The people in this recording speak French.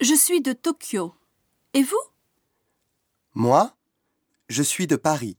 Je suis de Tokyo. Et vous Moi, je suis de Paris.